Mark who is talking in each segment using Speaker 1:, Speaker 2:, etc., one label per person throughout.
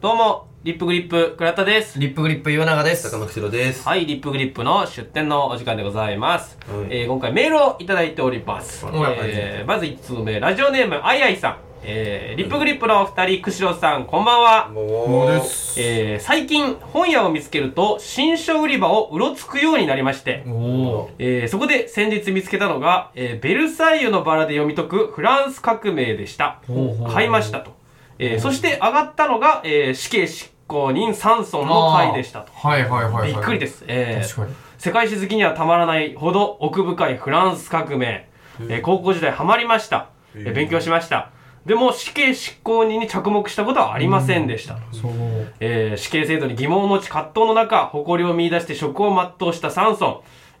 Speaker 1: どうも、リップグリップ、倉田です。
Speaker 2: リップグリップ岩永で
Speaker 3: 高
Speaker 2: す。
Speaker 3: 野ろです。
Speaker 1: はい、リップグリップの出店のお時間でございます。
Speaker 3: はい
Speaker 1: えー今回メールをいただいております。
Speaker 3: はい
Speaker 1: えーまず1通目、ラジオネーム、あいあいさん。えーリップグリップのお二人、釧路さん、こんばんは。
Speaker 3: もう
Speaker 1: えー最近、本屋を見つけると、新書売り場をうろつくようになりまして、
Speaker 2: おお
Speaker 1: えーそこで先日見つけたのが、えーベルサイユのバラで読み解くフランス革命でした
Speaker 2: ほうほう。
Speaker 1: 買いましたと。えーそして上がったのが、えー死刑執行人サンソンの回でしたと。
Speaker 2: はいはいはい、はい。
Speaker 1: びっくりです。えー
Speaker 2: 確かに。
Speaker 1: 世界史好きにはたまらないほど奥深いフランス革命。えー高校時代ハマりました。えー勉強しました。でも死刑執行人に着目したことはありませんでしたと。
Speaker 2: そう。
Speaker 1: えー死刑制度に疑問を持ち葛藤の中、誇りを見出して職を全うしたサンソ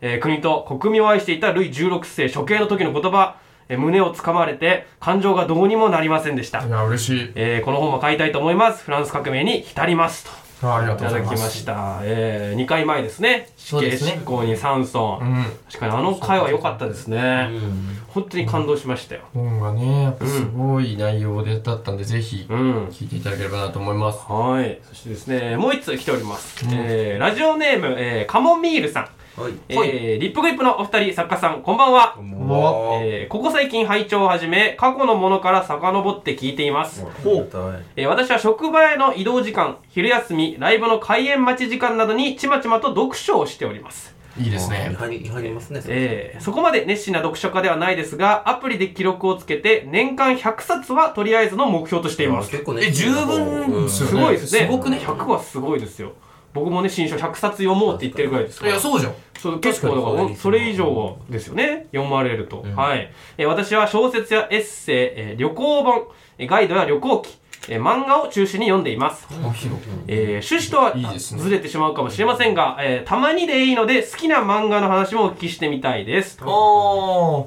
Speaker 1: ン、えー国と国民を愛していたルイ16世処刑の時の言葉、えー胸をつかまれて感情がどうにもなりませんでした
Speaker 2: い。や、嬉しい。
Speaker 1: えーこの本も買いたいと思います。フランス革命に浸りますと。
Speaker 2: あありが
Speaker 1: い
Speaker 2: とう
Speaker 1: た
Speaker 2: ござ
Speaker 1: だ
Speaker 2: い
Speaker 1: き
Speaker 2: ま。
Speaker 1: ますした。えー、2回前ですね。死
Speaker 2: そう
Speaker 1: 刑
Speaker 2: ですね
Speaker 1: 執行にサンソン。
Speaker 2: うん。
Speaker 1: 確かにあの回は良かったですね。
Speaker 3: ん。
Speaker 1: 本当に感動しましたよ。
Speaker 2: 本がね、やっぱすごい内容でだったんで、ぜひ
Speaker 1: うん。
Speaker 2: 聞いていただければなと思います。
Speaker 1: はい。そしてですね、もう一通来ております。えー、ラジオネーム、えー、カモミールさん。
Speaker 3: はい。
Speaker 1: えー、リップグリップのお二人、作家さん、こんばんは。
Speaker 2: も
Speaker 1: えー、ここ最近拝聴を始め、過去のものから遡って聞いています。
Speaker 3: ほう。
Speaker 1: えー私は職場への移動時間、昼休み、ライブの開演待ち時間などにちまちまと読書をしております。
Speaker 2: いいですね。
Speaker 3: 入り、入りますね。
Speaker 1: えーそこまで熱心な読書家ではないですが、アプリで記録をつけて、年間100冊はとりあえずの目標としています。
Speaker 3: 結構ね。
Speaker 2: え、十分ですよ
Speaker 1: す
Speaker 2: ね。
Speaker 1: ごいですね。
Speaker 2: すごくね。
Speaker 1: 100はすごいですよ。僕もね、新書100冊読もうって言ってるぐらいですか
Speaker 2: い
Speaker 1: ら。
Speaker 2: や、そうじゃん。
Speaker 1: そう結構だから
Speaker 3: 確かに
Speaker 1: おそれ以上ですよね読まれると、はい、えー私は小説やエッセイ、えー旅行本えーガイドや旅行記、えー漫画を中心に読んでいます、
Speaker 2: あ、広
Speaker 1: えー趣旨とはい
Speaker 2: いですね
Speaker 1: ずれてしまうかもしれませんが、えーたまにでいいので好きな漫画の話もお聞きしてみたいです、
Speaker 2: あ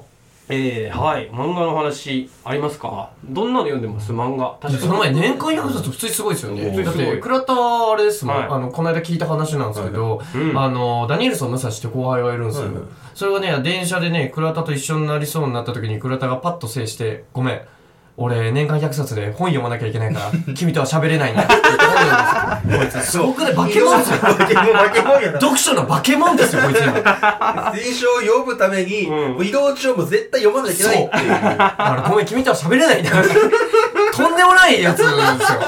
Speaker 1: えーはい漫画の話ありますかどんなの読んでます漫画
Speaker 2: あ。その 前、年間100冊普通にすごいですよ
Speaker 3: 普通
Speaker 1: に
Speaker 2: ね。
Speaker 1: す
Speaker 2: だっ
Speaker 1: ごい
Speaker 2: て、倉田、あれですも
Speaker 1: はい
Speaker 2: ん。あの、この間聞いた話なんですけど、
Speaker 1: うん
Speaker 2: あの、ダニエルソン・武蔵って後輩がいるんですよ
Speaker 3: はいはい。
Speaker 2: それがね、電車でね、倉田と一緒になりそうになった時に倉田がパッと制して、ごめん。俺、年間100冊で本読まなきゃいけないから、 君とは喋れないんだって言って本読んでるんですよ。こいつ、すごくね、化け物ですよ。
Speaker 3: 化け物、化け物やな。
Speaker 2: 読書の化け物ですよ、こいつ今。だ
Speaker 3: 電書を読むために、移動中も絶対読まなきゃいけないっていう。
Speaker 2: から、ごめん、君とは喋れないんだから。とんでもないやつなんですよ。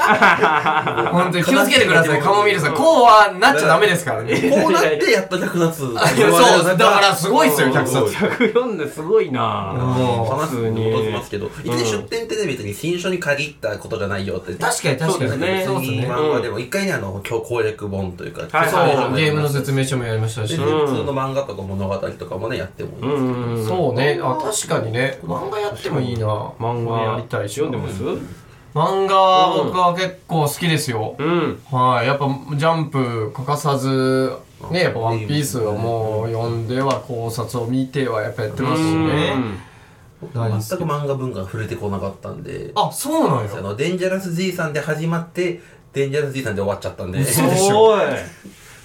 Speaker 2: 本当に気をつけてください、カモミールさん。こうはなっちゃダメですからね。
Speaker 3: こうなってやっと100冊。
Speaker 2: あいや そう、だからすごいっすよ、100冊。
Speaker 1: 読んですごいなぁ
Speaker 2: も
Speaker 3: 話すに戻しますけど、一年出店ってね、別に新書に限ったことじゃないよって。
Speaker 2: う確かに確かに。
Speaker 1: そうですね
Speaker 2: そうですね。
Speaker 3: 漫画でも、一回ね、あの、今日攻略本というか、
Speaker 2: そう、ゲームの説明書もやりましたし。
Speaker 3: 普通の漫画とか物語とかもね、やってもいいですけど。
Speaker 1: うん
Speaker 2: そうね、あ、確かにね。漫画やってもいいな。
Speaker 1: 漫画
Speaker 2: やりたいし。
Speaker 1: 読んでます
Speaker 2: 漫画、僕は結構好きですよ。
Speaker 1: うん
Speaker 2: はい、やっぱジャンプ欠かさず、ね、やっぱワンピースはもう読んでは考察を見てはやっぱやってますしね。
Speaker 3: 僕全く漫画文化が触れてこなかったんで、
Speaker 2: あ、そうなん
Speaker 3: あ
Speaker 2: よ。
Speaker 3: の、デンジャラス G さんで始まって、デンジャラス G さんで終わっちゃったんで、
Speaker 2: 嘘でしょ
Speaker 1: おい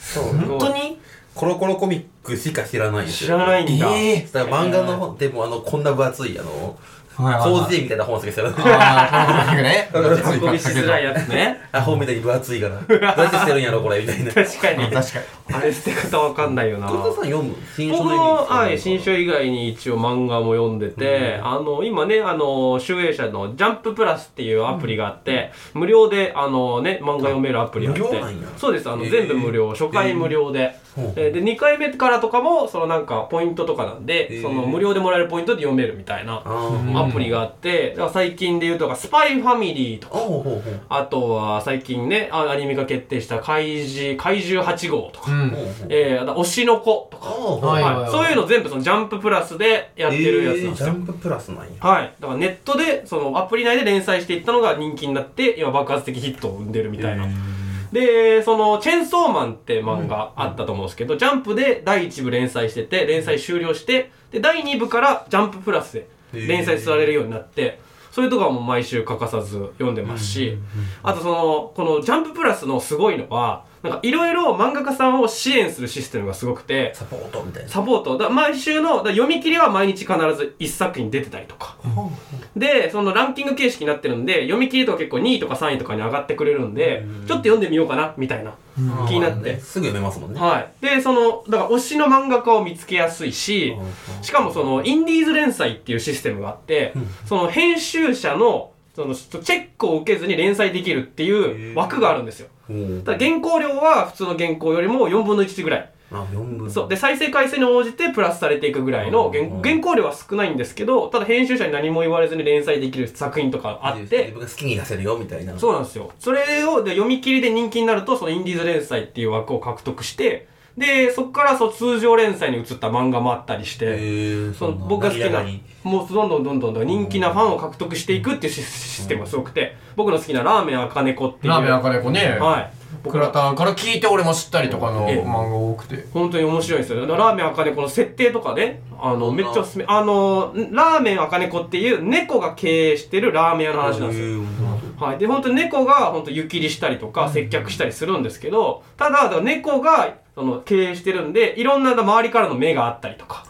Speaker 3: そう
Speaker 1: 本
Speaker 2: 本当に
Speaker 3: コロコロコミックしか知らないんです
Speaker 1: 知
Speaker 3: よ。
Speaker 1: らないんだ
Speaker 2: ええ
Speaker 3: だから漫画の本、でもあの、こんな分厚い、あの、
Speaker 2: はいはい
Speaker 3: 洪
Speaker 2: はい。
Speaker 3: 水みたいな本しか知らない。
Speaker 2: あー、 ね。
Speaker 1: 運びしづらいやつね
Speaker 3: アホみたいに分厚いから。どうやって捨てるんやろ、これ、みた いな。
Speaker 1: 確かに
Speaker 2: うん確かに。
Speaker 1: あれ捨て方わかんないよな
Speaker 3: 黒田さん読む新書
Speaker 1: 僕
Speaker 3: の
Speaker 1: も、はい、新
Speaker 3: 意
Speaker 1: 書以外に一応漫画も読んでて、あの、今ね、あの、集英社のジャンププラスっていうアプリがあって、無料で、あのね、漫画読めるアプリがあって。
Speaker 3: 無料なんや
Speaker 1: そうです、あの、
Speaker 3: へー
Speaker 1: 全部無料、初回無料で、
Speaker 3: へー
Speaker 1: えーで、2回目からとかも、そのなんか、ポイントとかなんで、
Speaker 3: へー
Speaker 1: その、無料でもらえるポイントで読めるみたいな
Speaker 3: あー
Speaker 2: うん
Speaker 1: アプリがあって、だから最近で言うと、スパイファミリーとか、
Speaker 3: あ、ほうほうほう。
Speaker 1: あとは最近ね、あアニメ化決定した怪獣、怪獣8号とか、
Speaker 2: うん。
Speaker 3: ほうほう
Speaker 1: えー、あと推しの子と
Speaker 3: あ
Speaker 1: か、
Speaker 3: ー
Speaker 2: はい
Speaker 1: はいそういうの全部そのジャンププラスでやってるやつなんです
Speaker 3: えージャ
Speaker 1: よ。
Speaker 3: ンププラスなんや。
Speaker 1: はい。だからネットで、そのアプリ内で連載していったのが人気になって、今爆発的ヒットを生んでるみたいな。で、その、チェンソーマンって漫画あったと思うんですけど、ジャンプで第1部連載してて、連載終了して、で、第2部からジャンププラスで連載されるようになって、それとかはもう毎週欠かさず読んでますし、あとその、このジャンププラスのすごいのは、なんかいろいろ漫画家さんを支援するシステムがすごくて、
Speaker 3: サポートみたいな。
Speaker 1: サポート。だ毎週の、だ読み切りは毎日必ず1作品出てたりとか。で、そのランキング形式になってるんで、読み切りとか結構2位とか3位とかに上がってくれるんで、ちょっと読んでみようかな、みたいな気になって。
Speaker 3: すぐ読めますもんね。
Speaker 1: はい。で、その、だから推しの漫画家を見つけやすいし、しかもその、インディーズ連載っていうシステムがあって、その編集者の、その、チェックを受けずに連載できるっていう枠があるんですよ。
Speaker 3: うん
Speaker 1: ただ原稿量は普通の原稿よりも4分の1ぐらい。
Speaker 3: あ、4分。
Speaker 1: そう。で、再生回数に応じてプラスされていくぐらいの原
Speaker 3: うん
Speaker 1: 原稿量は少ないんですけど、ただ編集者に何も言われずに連載できる作品とかあっ
Speaker 3: 自
Speaker 1: て、
Speaker 3: 分が好きに出せるよみたいな。
Speaker 1: そうなんですよ。それをで読み切りで人気になると、そのインディーズ連載っていう枠を獲得して、で、そこからそう通常連載に移った漫画もあったりして、
Speaker 3: へえ。
Speaker 1: その僕が好きな、もうどんどんどんどんどん人気なファンを獲得していくっていうシシステムがすごくて、僕の好きなラーメン赤猫っていう。
Speaker 2: ラーメン赤猫ね。
Speaker 1: はい。
Speaker 2: 僕らたんから聞いて俺も知ったりとかの
Speaker 1: ええ
Speaker 2: 漫画多くて。
Speaker 1: 本当に面白いんですよ。ラーメン赤猫の設定とかね、あの、めっちゃおすすめ。あの、ラーメン赤猫っていう猫が経営してるラーメン屋の話なんですよ。はい。で、本当に猫が本当湯切りしたりとか接客したりするんですけど、ただ、だから猫がその経営してるんで、いろんな周りからの目があったりとか、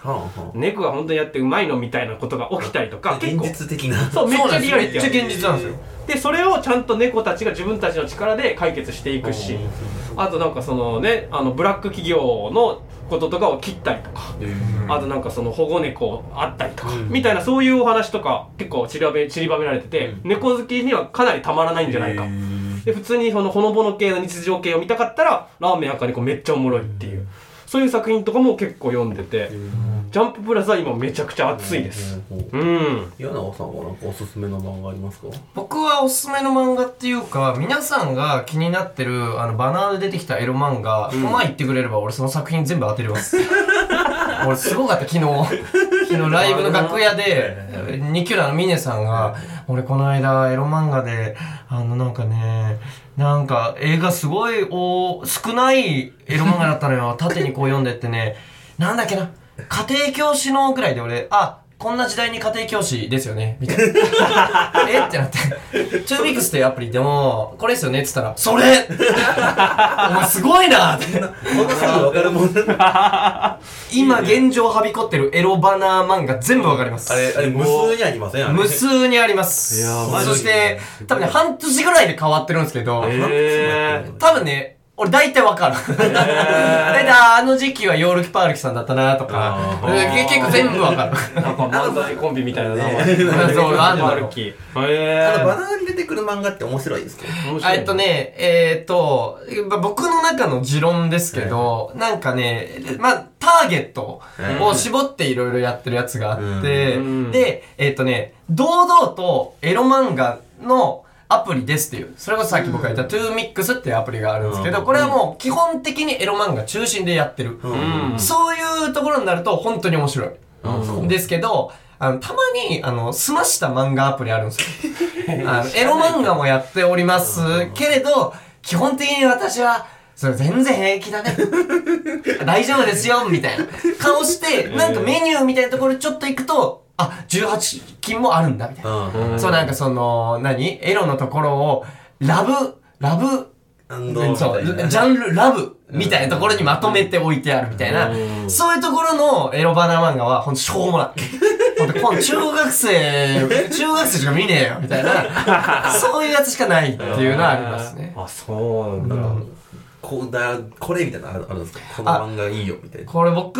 Speaker 1: 猫が本当にやってうまいのみたいなことが起きたりとか、結
Speaker 3: 現
Speaker 1: 構。
Speaker 3: 実的な。
Speaker 1: そう、めっちゃリアリティあ
Speaker 2: そうなんですよめっちゃ
Speaker 1: る。
Speaker 2: 現実なんですよ。
Speaker 1: で、それをちゃんと猫たちが自分たちの力で解決していくし、あとなんかそのね、あの、ブラック企業のこととかを切ったりとか、あとなんかその保護猫あったりとか、みたいなそういうお話とか結構散りばめ散りばめられてて、猫好きにはかなりたまらないんじゃないか。で、普通にそのほのぼの系の日常系を見たかったら、ラーメン赤猫めっちゃおもろいっていう、そういう作品とかも結構読んでて、ジャンププラスは今めちゃくちゃ熱いです。うん。
Speaker 3: 柳川さんはなんかおすすめの漫画あ りますか
Speaker 2: 僕はおすすめの漫画っていうか、皆さんが気になってる、あの、バナーで出てきたエロ漫画、うまい言ってくれれば俺その作品全部当てれます。 俺すごかった、昨日。昨日ライブの楽屋で、ニキュラのミネさんが、俺この間エロ漫画で、あのなんかね、なんか映画すごい、お少ないエロ漫画だったの よ。縦にこう読んでってね、なんだっけな、家庭教師のぐらいで俺、あ、こんな時代に家庭教師ですよね、みたいな。えってなって、トゥービックスっていうアプリでも、これですよねって言ったら、それ お前すごいなって。
Speaker 3: こんなすぐわか るもんな
Speaker 2: 今現状はびこってるエロバナー漫画全部わかります。
Speaker 3: あれ、あれ無数にありませんあれ
Speaker 2: 無数にあります。
Speaker 1: いやーマジで
Speaker 2: そして、多分ね、半年ぐらいで変わってるんですけど、
Speaker 1: えー。
Speaker 2: 多分ね、俺大体わかる。 大体あの時期はヨールキパールキさんだったなとか
Speaker 3: あ、
Speaker 2: うん結構全部わかる。
Speaker 1: なんか漫才コンビみたいな名 前。
Speaker 2: そうあんの
Speaker 1: 歩き。へえ
Speaker 3: あのバナーに出てくる漫画って面白いですけど。
Speaker 1: 面白い
Speaker 2: えっとね、えーっと、ま僕の中の持論ですけど、なんかね、まあ、ターゲットを絞っていろいろやってるやつがあって、
Speaker 1: うん
Speaker 2: で、えーっとね、堂々とエロ漫画のアプリですっていう、それこそさっき僕が言った TOMIX っていうアプリがあるんですけど、これはもう基本的にエロ漫画中心でやってる。
Speaker 1: うん。
Speaker 2: そういうところになると本当に面白い。
Speaker 3: あそう
Speaker 2: ですけど、あの、たまに、あの、済ました漫画アプリあるんです よ。あの、エロ漫画もやっておりますけれど、基本的に私は、それ全然平気だ ね。大丈夫ですよ、みたいな顔して、なんかメニューみたいなところちょっと行くと、あ、18金もあるんだ、みたいな。
Speaker 3: うん。
Speaker 2: そう、なんかその、何エロのところを、ラブ、ラブ、
Speaker 3: アンドみ
Speaker 2: そ
Speaker 3: た
Speaker 2: う、
Speaker 3: いな
Speaker 2: ジャンル、ラブみたいなところにまとめて置いてあるみたいな、そういうところのエロバナ漫画は、ほんとしょうもない。ほんと、この中学生、中学生しか見ねえよみたい な、そういうやつしかないっていうのはありますね。
Speaker 1: あ、そうなんだ。
Speaker 3: こうだ、これみたいなのあるあるんですかこの漫画いいよみたいな。
Speaker 2: これ僕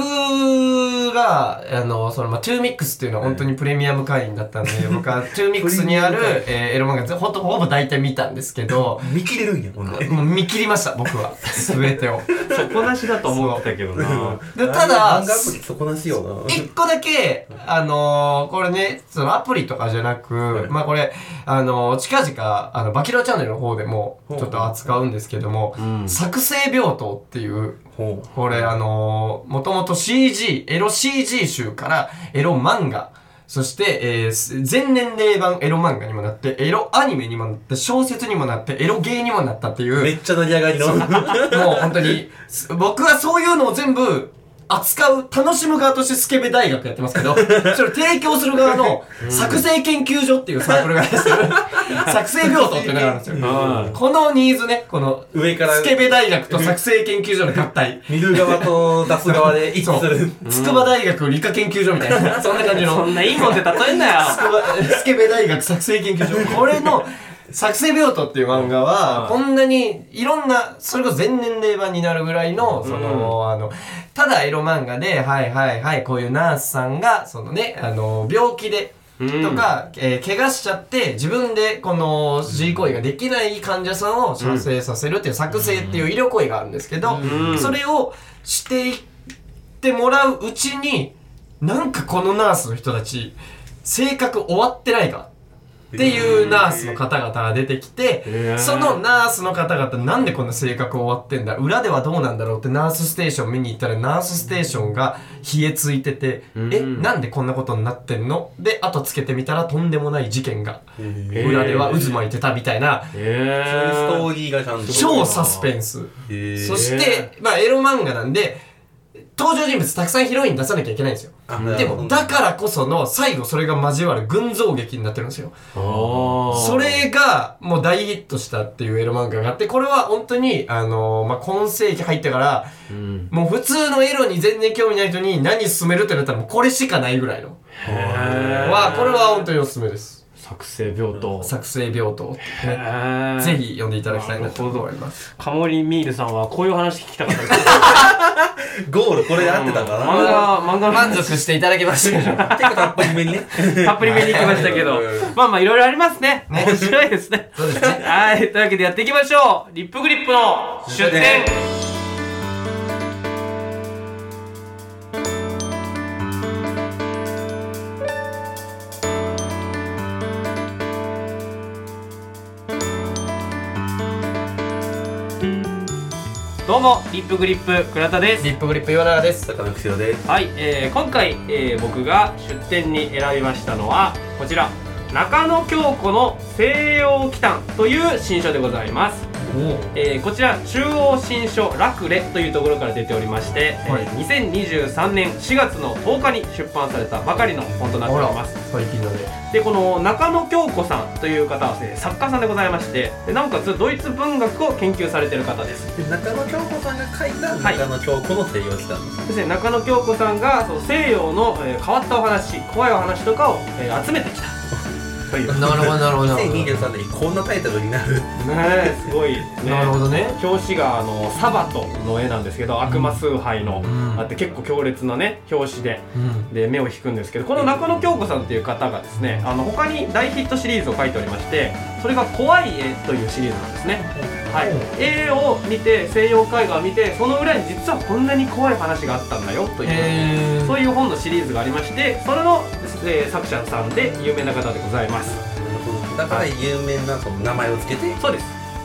Speaker 2: が、あの、その、まあ、トゥーミックスっていうのは本当にプレミアム会員だったんで、僕はトゥーミックスに ある、えーエロ漫画、ほんとほぼ大体見たんですけど、
Speaker 3: 見切れるんや、ほんで。
Speaker 2: もう見切りました、僕は。すべてを。
Speaker 1: 底なしだと思ってたけどな。
Speaker 2: でただ
Speaker 3: 漫、画アプリそこなしよな。
Speaker 2: 一個だけ、あのーこれね、そのアプリとかじゃなく、まあこれ、あのー近々、あの、バキロチャンネルの方でも、ちょっと扱うんですけども、作成病棟っていう、
Speaker 3: ほう。
Speaker 2: これあのー、もともと CG、エロ CG 集からエロ漫画、そして、えーす全年齢版エロ漫画にもなって、エロアニメにもなって、小説にもなって、エロゲーにもなったっていう、
Speaker 3: めっちゃ成り上がりの。
Speaker 2: もう本当に、す僕はそういうのを全部、扱う、楽しむ側としてスケベ大学やってます けど、それを提供する側の作成研究所っていうサークルがあるん ですよ。作成病棟っていうのがあるんですよ。
Speaker 1: うん
Speaker 2: このニーズね、この、
Speaker 3: 上から
Speaker 2: スケベ大学と作成研究所の合体。
Speaker 3: 見る側と出す側 で一致する。
Speaker 2: 筑波大学理科研究所みたいな、 そんな感じの。
Speaker 1: そんないいもんで例えんなよ。
Speaker 2: スケベスケベ大学作成研究所。これの、作成病棟っていう漫画は、こんなにいろんな、それこそ全年齢版になるぐらいの、その、あの、ただエロ漫画で、はいはいはい、こういうナースさんが、そのね、あの、病気で、
Speaker 1: うん
Speaker 2: とか、えー怪我しちゃって、自分でこの G 行為ができない患者さんを射精させるっていう、作成っていう医療行為があるんですけど、
Speaker 1: うん
Speaker 2: それをしていって、ってもらううちになんかこのナースの人たち性格終わってないかっていうナースの方々が出てきて、
Speaker 1: えー
Speaker 2: そのナースの方々なんでこんな性格終わってんだ裏ではどうなんだろうってナースステーション見に行ったらナースステーションが冷えついてて、
Speaker 1: うん
Speaker 2: えなんでこんなことになってんので後つけてみたらとんでもない事件が
Speaker 1: えー
Speaker 2: 裏では渦巻いてたみたいな、
Speaker 1: え
Speaker 3: そういうスト
Speaker 1: ー。
Speaker 3: ーリーがちゃんと。
Speaker 2: 超サスペンス。
Speaker 3: へー
Speaker 2: そして、まあ、エロ漫画なんで、登場人物たくさんヒロイン出さなきゃいけないんですよ。
Speaker 3: あ
Speaker 2: で
Speaker 3: なるほ
Speaker 2: も、
Speaker 3: ど
Speaker 2: だからこその、最後それが交わる群像劇になってるんですよ。
Speaker 1: ああ。
Speaker 2: それが、もう大ヒットしたっていうエロ漫画があって、これは本当に、あのーまあ、今世紀入ってから、
Speaker 1: うん。
Speaker 2: もう普通のエロに全然興味ない人に何進めるってなったらもうこれしかないぐらいの。
Speaker 1: へー
Speaker 2: は、これは本当におすすめです。
Speaker 1: 作成病棟。
Speaker 2: 作成病棟っていうね。
Speaker 1: へー
Speaker 2: ぜ。ひ読んでいただきたいなと思います。
Speaker 1: カモリミールさんはこういう話聞きたかった です。
Speaker 3: ゴールこれで合ってたか
Speaker 1: 漫
Speaker 3: な
Speaker 1: 画、漫画の
Speaker 2: 満足していただけましたでしょうか
Speaker 3: 結構たっぷりめ にね。
Speaker 1: たっぷりめに行きましたけど
Speaker 3: はいはいはい。
Speaker 1: まあまあいろいろありますね。
Speaker 2: ね
Speaker 1: 面白いですね。
Speaker 2: そうですね
Speaker 1: はい。というわけでやっていきましょう。リップグリップの出店。どうも、リップグリップ倉田です。
Speaker 2: リップグリップ岩永です。
Speaker 3: 坂の口で。
Speaker 1: はい、えー今回、えー僕が出店に選びましたのはこちら中野京子の西洋奇譚という新書でございます、えーこちら中央新書ラクレというところから出ておりまして、
Speaker 2: はい
Speaker 1: えー2023年4月の10日に出版されたばかりの本となっております
Speaker 2: 最近のね。
Speaker 1: でこの中野京子さんという方はですね作家さんでございましてでなおかつドイツ文学を研究されている方です
Speaker 3: 中野京子さんが書いた
Speaker 1: はい
Speaker 3: 中野京子の西洋来たんです。
Speaker 1: ですね、中野京子さんがその西洋の、えー変わったお話怖いお話とかを、えー集めてきたという、ね
Speaker 2: なるほどなるほどなるほど。
Speaker 3: 2023年にこんなタイトルになる。
Speaker 1: え、すごい、ね、
Speaker 2: なるほどね。
Speaker 1: 表紙があのサバトの絵なんですけど悪魔崇拝の、
Speaker 2: うん
Speaker 1: あって結構強烈なね表紙で
Speaker 2: うん。
Speaker 1: で目を引くんですけどこの中野京子さんっていう方がですねあの他に大ヒットシリーズを書いておりましてそれが「怖い絵」というシリーズなんですね、はい、絵を見て西洋絵画を見てその裏に実はこんなに怖い話があったんだよという
Speaker 2: へ
Speaker 1: そういう本のシリーズがありましてそれの、えー作者さんで有名な方でございます
Speaker 3: だから有名なその名前をつけて、
Speaker 1: そうです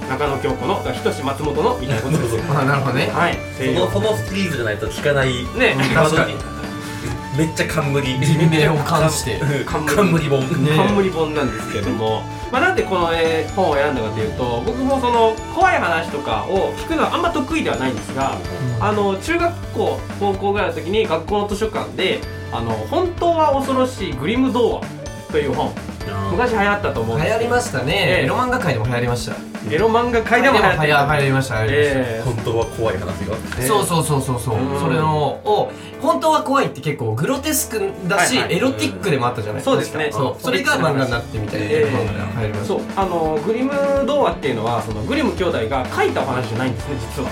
Speaker 1: 中野京子の「仁松本の」みたいなことですね
Speaker 2: あ、なるほどね。
Speaker 1: はい
Speaker 3: そ
Speaker 1: 西洋
Speaker 3: のそのシリーズじゃないと聞かない。
Speaker 1: ね
Speaker 2: 確かに。
Speaker 3: めっちゃ冠。
Speaker 2: 人名を冠して
Speaker 3: うん
Speaker 1: 冠
Speaker 3: 冠本。
Speaker 2: ね
Speaker 1: 冠本なんですけれども、まあ、なんでこの、えー本を選んだかというと僕もその怖い話とかを聞くのはあんま得意ではないんですがあの中学校高校ぐらいの時に学校の図書館で「あの本当は恐ろしいグリム童話」という本昔流行ったと思うん
Speaker 2: 流
Speaker 1: です
Speaker 2: 行
Speaker 1: け
Speaker 2: り
Speaker 1: ど
Speaker 2: ましたね
Speaker 1: え。え
Speaker 2: エロ漫画界でも流行りました。
Speaker 1: エロ漫画界でも流行って
Speaker 2: 流行りました。流行りました。
Speaker 1: え
Speaker 3: 本当は怖い話が。
Speaker 1: え
Speaker 2: そうそうそうそうそう
Speaker 1: うん
Speaker 2: それのを本当は怖いって結構グロテスクだし、
Speaker 1: はいはい
Speaker 2: エロティックでもあったじゃない
Speaker 1: そうですね
Speaker 2: 確かそうそれが漫画になってみたいな、
Speaker 1: ええ
Speaker 2: 漫画が入りました
Speaker 1: そうあのグリム童話っていうのはそのグリム兄弟が書いたお話じゃないんですね実は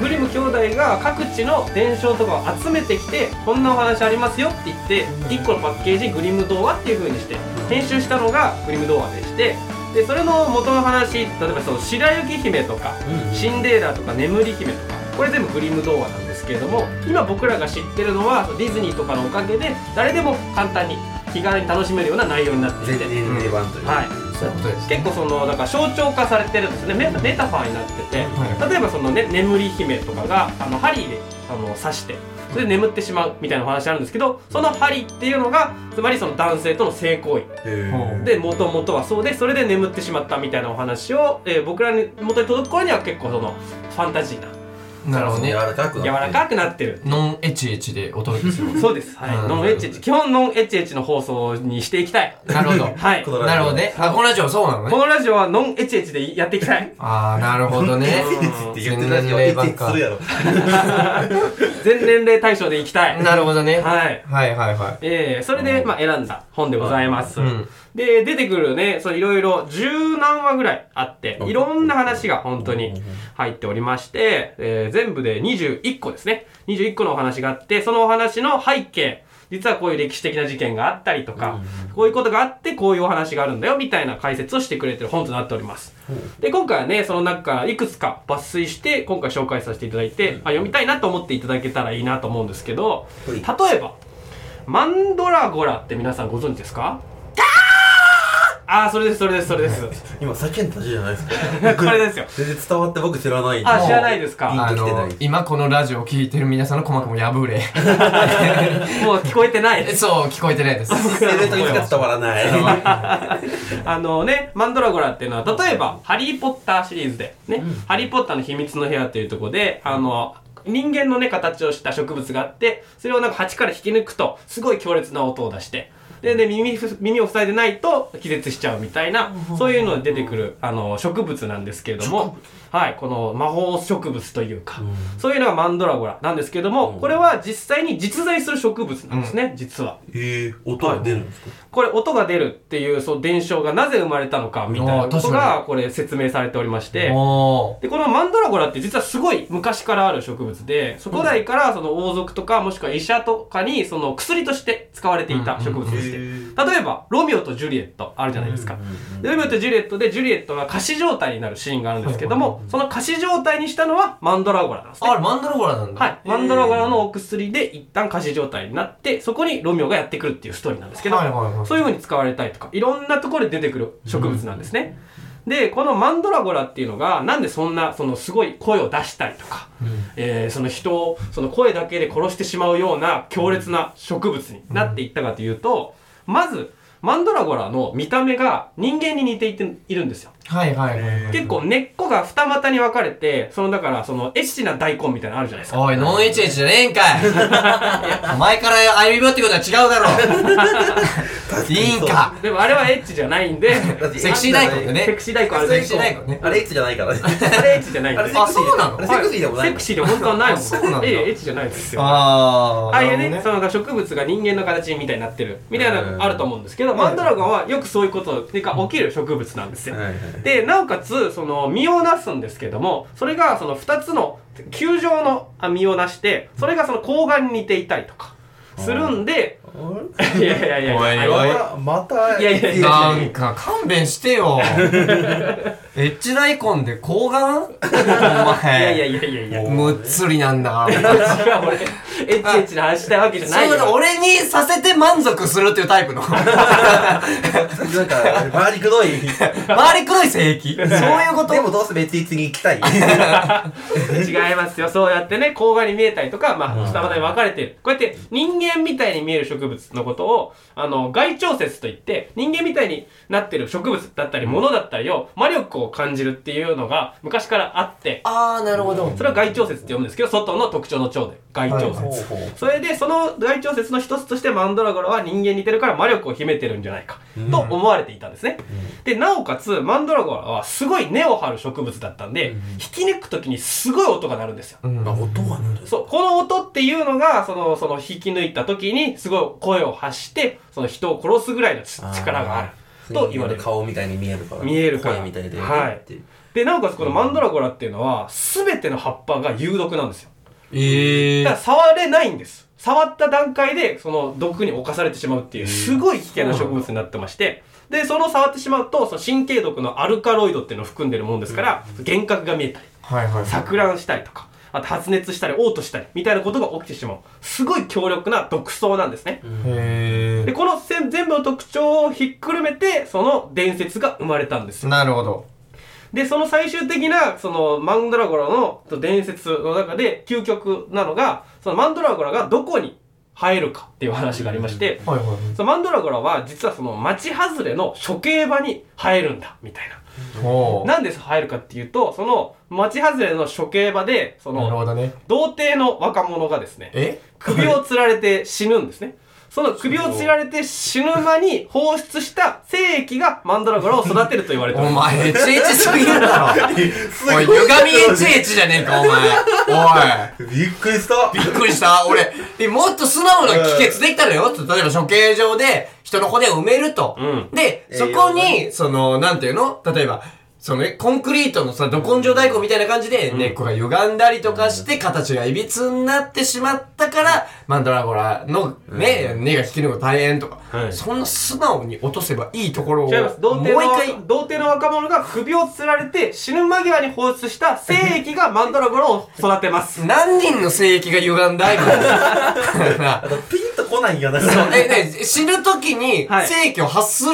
Speaker 1: グリム兄弟が各地の伝承とかを集めてきてこんなお話ありますよって言って1個のパッケージグリム童話っていう風にして編集したのがグリム童話でしてでそれの元の話例えばその白雪姫とかシンデレラとか眠り姫とかこれ全部グリム童話なんですけれども今僕らが知ってるのはディズニーとかのおかげで誰でも簡単に気軽に楽しめるような内容になってい
Speaker 3: 全
Speaker 1: て、
Speaker 3: 年齢版という。
Speaker 1: はい、
Speaker 2: そういうことです
Speaker 1: 結構そのだから象徴化されてるんですねメメタファーになってて、
Speaker 2: は
Speaker 1: 例えばその、ね、眠り姫とかがあの針であの刺してそれで眠ってしまうみたいなお話あるんですけどその針っていうのがつまりその男性との性行為
Speaker 3: へー
Speaker 1: で元々はそうでそれで眠ってしまったみたいなお話を、えー僕らに元に届く頃には結構そのファンタジーな
Speaker 2: なるほど ね
Speaker 3: 柔らかく
Speaker 1: 柔
Speaker 3: な
Speaker 1: らかくなってる。
Speaker 2: ノンエチエチでお届けする
Speaker 1: そうです。はい。
Speaker 2: うん
Speaker 1: ノンエッチエッチ。基本ノンエッチエッチの放送にしていきたい。
Speaker 2: なる ほど
Speaker 1: はい。
Speaker 3: こ
Speaker 1: こ
Speaker 3: の
Speaker 2: なるほどねあこのラジオそうなのね
Speaker 1: のラジオはノンエッチエッチでやっていきた い。
Speaker 2: ああなるほど ね
Speaker 3: って言ってたけどエッチするやろ
Speaker 1: 全年齢対象でいきたい。
Speaker 2: なるほどねは
Speaker 1: はい。
Speaker 2: いはいは
Speaker 1: えー、それで、まあ、選んだ本でございます。
Speaker 2: うん
Speaker 1: で、出てくるね、そういろいろ十何話ぐらいあって、
Speaker 3: うん
Speaker 1: いろんな話が本当に入っておりまして、えー全部で21個ですね。21個のお話があって、そのお話の背景、実はこういう歴史的な事件があったりとか、こういうことがあって、こういうお話があるんだよ、みたいな解説をしてくれてる本となっております。で、今回はね、その中からいくつか抜粋して、今回紹介させていただいて、あ読みたいなと思っていただけたらいいなと思うんですけど、
Speaker 3: はい
Speaker 1: 例えば、マンドラゴラって皆さんご存知ですかああーそれですそれですそれです
Speaker 3: 今叫んだ字じゃないですか
Speaker 1: これですよ
Speaker 3: 全然伝わって僕知らないんで
Speaker 1: あ知らないです
Speaker 3: いい
Speaker 1: か
Speaker 2: あ
Speaker 3: ピンときてない
Speaker 2: の今このラジオを聞いてる皆さんの鼓膜も破 れ
Speaker 1: もう聞こえて ないです
Speaker 2: そう聞こえてないです
Speaker 3: 知らないとしか伝わら ない
Speaker 1: あのねマンドラゴラっていうのは例えば「ハリー・ポッター」シリーズでね「ハリー・ポッターの秘密の部屋」っていうところであの人間のね形をした植物があってそれをなんか鉢から引き抜くとすごい強烈な音を出してでで耳ふ耳を塞いでないと気絶しちゃうみたいなそういうので出てくるあの植物なんですけれども、はい、この魔法植物というか、そういうのがマンドラゴラなんですけれども、これは実際に実在する植物なんですね、実は。
Speaker 3: ええ音が出るんですか
Speaker 1: これ音が出るっていうその伝承がなぜ生まれたのかみたいなこと
Speaker 2: あー確か
Speaker 1: がこれ説明されておりまして
Speaker 2: おー
Speaker 1: でこのマンドラゴラって実はすごい昔からある植物でそこ代からその王族とかもしくは医者とかにその薬として使われていた植物でして
Speaker 3: うんうん
Speaker 1: 例えばロミオとジュリエットあるじゃないですかでロミオとジュリエットでジュリエットが仮死状態になるシーンがあるんですけどもその仮死状態にしたのはマンドラゴラなんですね
Speaker 2: あれマンダラゴラなんだ
Speaker 1: はい。マンドラゴラのお薬で一旦仮死状態になって、そこにロミオがやってくるっていうストーリーなんですけど、
Speaker 2: はいはいはい
Speaker 1: そういう風に使われたりとか、いろんなところで出てくる植物なんですね。で、このマンドラゴラっていうのが、なんでそんな、そのすごい声を出したりとか、えーその人を、その声だけで殺してしまうような強烈な植物になっていったかというと、まず、マンドラゴラの見た目が人間に似ていているんですよ。
Speaker 2: はいはいはいはい
Speaker 1: 結構根っこが二股に分かれて、そのだからそのエッチな大根みたいなのあるじゃないですか。
Speaker 2: おい、ノンエチエチじゃねえんか いお前から歩み寄ってことは違うだ ろいいんか
Speaker 1: でもあれはエッチじゃない んで、
Speaker 3: だって
Speaker 2: セクシー大根でね。
Speaker 1: セクシー大根ある
Speaker 2: セクシー大根ね。
Speaker 3: あれエッチじゃないからね
Speaker 1: あれエッチじゃないん
Speaker 3: あ
Speaker 1: で
Speaker 3: れ
Speaker 1: す
Speaker 3: セ。クシー
Speaker 2: そうなの
Speaker 3: あれセクシーでもない
Speaker 1: セクシーで本当はないもん。
Speaker 2: そうなんだ
Speaker 1: ええエッチじゃないですよ。あ
Speaker 2: あー。
Speaker 1: あいう
Speaker 2: なるほど
Speaker 1: ね、その植物が人間の形みたいになってる、みたいな
Speaker 3: うん
Speaker 1: のあると思うんですけど、マンドラゴンはよくそういうことが起きる植物なんですよ。
Speaker 3: はいはい
Speaker 1: で、なおかつ、その、実をなすんですけども、それが、その、二つの、球状のあ実をなして、それがその、睾丸に似ていたりとか、するんで、いやいやいや
Speaker 2: おいおい
Speaker 1: あ
Speaker 3: ま
Speaker 1: の
Speaker 3: たまた
Speaker 1: いやいやい
Speaker 2: なんか勘弁して よ。エッチ大根で睾丸お
Speaker 1: いやいや
Speaker 2: 前。
Speaker 1: いやいやいや。
Speaker 2: むっつりなんだか
Speaker 1: 違う、
Speaker 2: ら。
Speaker 1: 俺、エッチエッチな話したいわけじゃ
Speaker 2: そ
Speaker 1: ない
Speaker 2: ういうこと
Speaker 1: よ。
Speaker 2: 俺にさせて満足するっていうタイプの。
Speaker 3: なんか周りくどい
Speaker 2: 周りくどい性域。そういうこと
Speaker 3: でもどうせ別に次行きたい
Speaker 1: 違いますよ。そうやってね、甲賀に見えたりとか、まあ、二股に分かれてる。こうやって人間みたいに見える植物のことを、あの、外調節といって、人間みたいになってる植物だったり、ものだったりを、魔力を感じるっていうのが昔からあって、
Speaker 2: あー、なるほど。
Speaker 1: それは外調節って呼ぶんですけど、外の特徴の長で、外調
Speaker 2: はい
Speaker 1: 節。それで、その外調節の一つとしてマンドラゴラは人間に似てるから魔力を秘めてるんじゃないか、と思われていたんですね。で、なおかつ、マンドラゴラはすごい根を張る植物だったんで、引き抜くときにすごい音が鳴るんですよ。
Speaker 2: うん
Speaker 3: あ音はなんです
Speaker 1: そう、この音っていうのが、その、その引き抜いたときにすごい声を発して、その人を殺すぐらいのつ
Speaker 3: あー
Speaker 1: 力がある。と言われる。
Speaker 3: 顔みたいに見えるから
Speaker 1: 見えるから
Speaker 3: 声みたいで
Speaker 1: はい
Speaker 3: っていう
Speaker 1: で、なおかつこのマンドラゴラっていうのは、すべての葉っぱが有毒なんですよ。
Speaker 2: え
Speaker 1: だか
Speaker 2: ー
Speaker 1: ら。触れないんです。触った段階で、その毒に侵されてしまうっていう、すごい危険な植物になってまして、で、その触ってしまうと、その神経毒のアルカロイドっていうのを含んでるものですから、幻覚が見えたり、
Speaker 2: はいはい。
Speaker 1: 錯乱したりとか、あと発熱したり、嘔吐したり、みたいなことが起きてしまう。すごい強力な毒草なんですね。
Speaker 2: へ
Speaker 1: で、このせん全部の特徴をひっくるめて、その伝説が生まれたんですよ
Speaker 2: ー。なるほど。
Speaker 1: で、その最終的な、その、マンドラゴラのと伝説の中で、究極なのが、そのマンドラゴラがどこに生えるかっていう話がありまして、
Speaker 2: はいはい。
Speaker 1: そのマンドラゴラは、実はその、町外れの処刑場に生えるんだ、みたいな。
Speaker 2: おー
Speaker 1: なんで入るかっていうと、その、町外れの処刑場で、そ
Speaker 2: なる
Speaker 1: の、
Speaker 2: ほどね。
Speaker 1: 童貞の若者がですね、
Speaker 2: え
Speaker 1: 首を吊られて死ぬんですね。その首を吊られて死ぬ間に放出した精液がマンドラゴラを育てると言われてお
Speaker 2: お
Speaker 1: ります。
Speaker 2: 前、HH すぎるだ ろ。
Speaker 3: す
Speaker 2: おい、
Speaker 3: ごい
Speaker 2: 歪み HH じゃねえか、お前。
Speaker 3: びっくりした
Speaker 2: おい。びっくりした。俺、えもっと素直な帰結できたのよ。例えば処刑場で人の骨を埋めると。
Speaker 1: うん
Speaker 2: で、
Speaker 3: 栄
Speaker 2: そ
Speaker 3: 養
Speaker 2: こ
Speaker 3: が
Speaker 2: に、その、なんていうの例えば、そのね、コンクリートのさ、ど根性大根みたいな感じで、根っこが歪んだりとかして、形がいびつになってしまったから、マンドラゴラのね、根が引き抜く大変とか、
Speaker 1: はい
Speaker 2: そんな素直に落とせばいいところを、もう
Speaker 1: 違います。童貞の
Speaker 2: 一回、
Speaker 1: 童貞の若者が首を吊られて死ぬ間際に放出した精液がマンドラゴラを育てます。
Speaker 2: 何人の性域が歪んだ今 な
Speaker 3: あとピンとこないんやな。
Speaker 2: そうえ、ね、死ぬ時に
Speaker 1: はい
Speaker 2: 性域を発する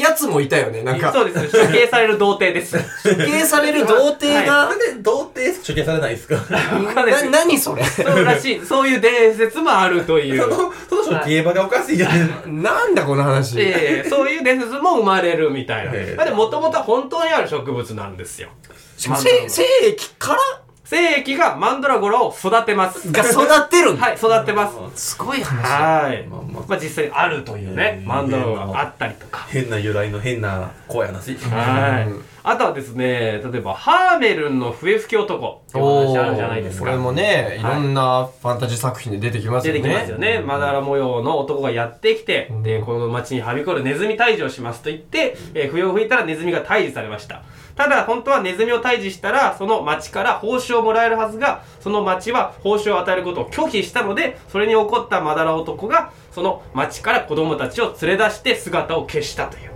Speaker 2: やつもいたよね。なん
Speaker 1: そ
Speaker 2: か、
Speaker 1: うです。処刑される童貞です。
Speaker 2: 処刑される童貞が、
Speaker 3: なんで童貞処刑されないんですか
Speaker 1: かんないです
Speaker 2: な、何それ
Speaker 1: そうらしい。そういう伝説もあるとい。
Speaker 3: そうの、その処刑場がおかしいじゃない
Speaker 2: なんだこの話。
Speaker 1: ええそういう伝説も生まれるみたいな。
Speaker 3: ええ
Speaker 1: だってもともとは本当にある植物なんですよ。
Speaker 2: しかもせ精液から
Speaker 1: 精液がマンドラゴラを育てます。
Speaker 2: が育てるんだ。
Speaker 1: はい、育てます。
Speaker 2: すごい話だ。
Speaker 1: はい。
Speaker 3: ま
Speaker 1: ま
Speaker 3: あ
Speaker 1: あ、
Speaker 3: まあ
Speaker 1: 実際にあるというね
Speaker 3: え、え
Speaker 1: マンドラゴラがあったりとか。
Speaker 3: 変な由来の変な怖い話。
Speaker 1: はい
Speaker 2: うん。
Speaker 1: あとはですね、例えば、ハーメルンの笛吹き男っていう話あるじゃないです
Speaker 2: これ
Speaker 1: か。
Speaker 2: もね、いろんなファンタジー作品で出てきます
Speaker 1: 出
Speaker 2: よね。
Speaker 1: てきますよね。まだら模様の男がやってきて、
Speaker 2: うん
Speaker 1: で、この町にはびこるネズミ退治をしますと言って、えー笛を吹いたらネズミが退治されました。ただ、本当はネズミを退治したら、その町から報酬をもらえるはずが、その町は報酬を与えることを拒否したので、それに怒ったまだら男が、その町から子供たちを連れ出して姿を消したという。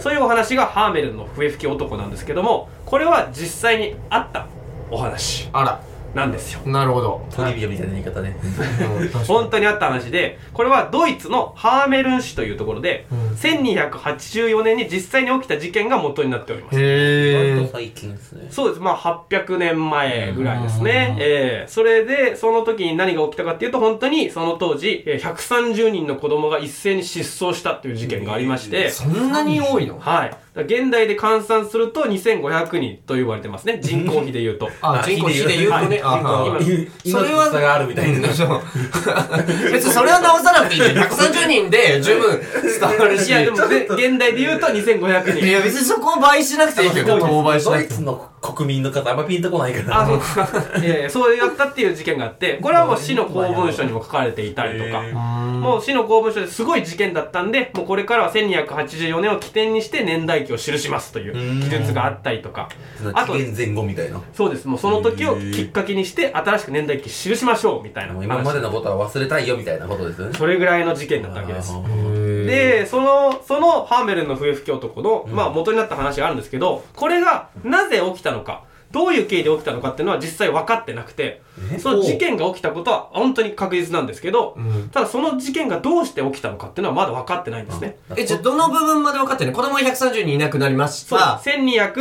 Speaker 1: そういうお話がハーメルンの笛吹き男なんですけども、これは実際にあったお話
Speaker 2: あ
Speaker 1: なんですよ。
Speaker 2: ら、なるほど。
Speaker 3: トリビアみたいな言い方ね。
Speaker 2: うん確かに
Speaker 1: 本当にあった話で、これはドイツのハーメルン市というところで、
Speaker 2: うん
Speaker 1: 1284年に実際に起きた事件が元になっております。
Speaker 2: へー。
Speaker 3: 最近ですね。
Speaker 1: そうです。まあ、800年前ぐらいですねえ
Speaker 2: うん。
Speaker 1: えそれで、その時に何が起きたかっていうと、本当にその当時、えー130人の子供が一斉に失踪したという事件がありまして、
Speaker 2: そんなに多いの
Speaker 1: はい。だから現代で換算すると2500人と言われてますね。人口比で言う と。
Speaker 2: あ、人口比で言うとね。
Speaker 1: はい
Speaker 2: あ
Speaker 1: 人口比
Speaker 3: それは差があるみたいな。
Speaker 2: そう 別にそれは直さなくていいね。130人で十分伝わるし。
Speaker 1: いや、でも、ぜ現代で言うと2500
Speaker 2: い
Speaker 1: 人。
Speaker 2: や別にそこを倍しなくていいけど、当倍し
Speaker 3: ド
Speaker 2: な
Speaker 3: イ
Speaker 2: くて
Speaker 3: ツの国民の方あんまピンとこないから。
Speaker 1: あ、そう ですか。いやいやそうやったっていう事件があって、これはもう市の公文書にも書かれていたりとか
Speaker 3: へ。
Speaker 2: も。
Speaker 1: もう市の公文書ですごい事件だったんで、もうこれからは1284年を起点にして年代記を記しますという記述があったりとか。あ
Speaker 3: あ
Speaker 1: と
Speaker 3: と、紀元前後みたいな。
Speaker 1: そうです。もうその時をきっかけにして、新しく年代記記しましょうみたいな
Speaker 3: もう
Speaker 1: 話。
Speaker 3: 今までのことは忘れたいよみたいなことですよね。
Speaker 1: それぐらいの事件だったわけです
Speaker 3: あ。
Speaker 2: へ
Speaker 3: ー
Speaker 2: ー、
Speaker 1: で、その、そのハーメルンの笛吹き男の、まあ元になった話があるんですけど、これがなぜ起きたのか、どういう経緯で起きたのかっていうのは実際分かってなくて、その事件が起きたことは本当に確実なんですけど、
Speaker 2: うん
Speaker 1: ただその事件がどうして起きたのかっていうのはまだ分かってないんですね。
Speaker 2: え、じゃあどの部分まで分かってんの子供130人いなくなりまし
Speaker 1: そう
Speaker 2: た。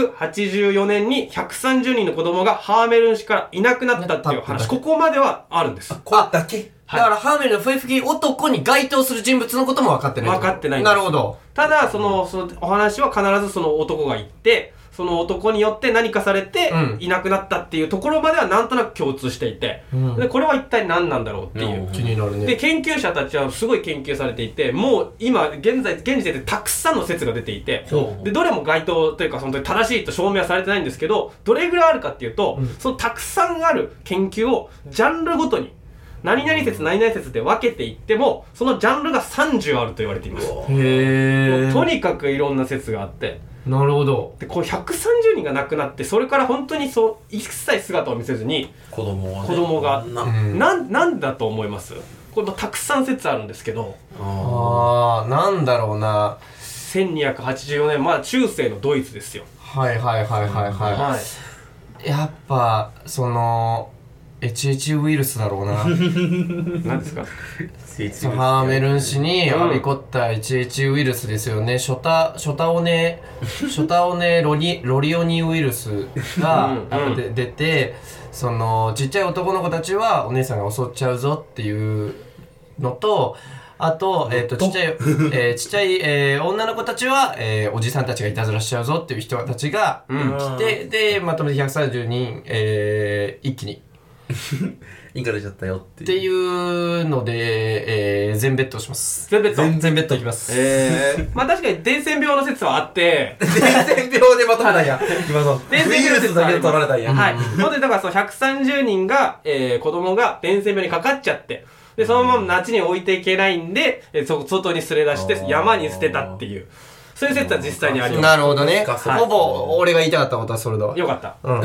Speaker 1: 1284年に130人の子供がハーメルン市からいなくなったっていう話、ここまではあるんです。
Speaker 3: これだけ
Speaker 2: だから、ハーメルの笛吹き男に該当する人物のことも分かってない。
Speaker 1: 分かってないんです
Speaker 2: なるほど。
Speaker 1: ただそのそのお話は必ずその男が言ってその男によって何かされて
Speaker 2: うん
Speaker 1: いなくなったっていうところまではなんとなく共通していて、
Speaker 2: うん
Speaker 1: でこれは一体何なんだろうっていうう、
Speaker 3: ん
Speaker 2: 気になる
Speaker 1: で
Speaker 2: ね。
Speaker 1: 研究者たちはすごい研究されていてもう今現在現時点でたくさんの説が出ていて
Speaker 3: ほう
Speaker 1: でどれも該当というかその正しいと証明はされてないんですけどどれぐらいあるかっていうと、そのたくさんある研究をジャンルごとに何々説何々説で分けていってもそのジャンルが30あると言われています。
Speaker 2: へ
Speaker 1: もうと
Speaker 2: ー。
Speaker 1: にかくいろんな説があって
Speaker 2: なるほど。
Speaker 1: でこう130人が亡くなってそれから本当にそう一切姿を見せずに、
Speaker 3: 子供はね。
Speaker 1: 子供が
Speaker 3: あんな
Speaker 2: うん
Speaker 1: なん、なんだと思いますこれもたくさん説あるんですけど
Speaker 3: あ
Speaker 2: あー、なんだろうな。
Speaker 1: 1284年まだ中世のドイツですよ
Speaker 2: はいはいはいはいは。
Speaker 1: はい
Speaker 2: やっぱ、その、HH ウイルスだろ うな。
Speaker 1: い何ですか
Speaker 3: ー成長
Speaker 2: そうハーメルン氏に
Speaker 1: うん
Speaker 2: はびこった HH ウイルスですよね。ショタ、ショタ オネ、ショタオネロリ、ロリオニウイルスが
Speaker 1: うんうん
Speaker 2: で出て、その、ちっちゃい男の子たちはお姉さんが襲っちゃうぞっていうのと、あと、えっ、と、ちっちゃい、えーちっちゃい、えー女の子たちは、えーおじさんたちがいたずらしちゃうぞっていう人たちが、
Speaker 1: うん
Speaker 2: 来て、で、まとめて130人、えー一気に。
Speaker 3: インカ出ちゃったよって
Speaker 2: って
Speaker 3: い
Speaker 2: い
Speaker 3: う。
Speaker 2: うので、えー全ベッドをします。
Speaker 1: 全ベッド。
Speaker 2: 全ベッドいきます。
Speaker 1: えー、まあ確かに伝染病の説はあって、
Speaker 3: 伝染病でまとめたんや。今の。
Speaker 1: 伝染
Speaker 3: ウイ
Speaker 1: 病
Speaker 3: ルスだけで取られたんや。
Speaker 1: はい。ほんで、だからその130人が、えー、子供が伝染病にかかっちゃって、で、そのまま夏に置いていけないんで、えーそ、外に連れ出して山に捨てたっていう、そういう説は実際にありま
Speaker 2: なるほどね。
Speaker 3: そうか
Speaker 2: ほぼ、俺が言いたかったことはそれだわ
Speaker 1: す。。よかった。
Speaker 2: うん。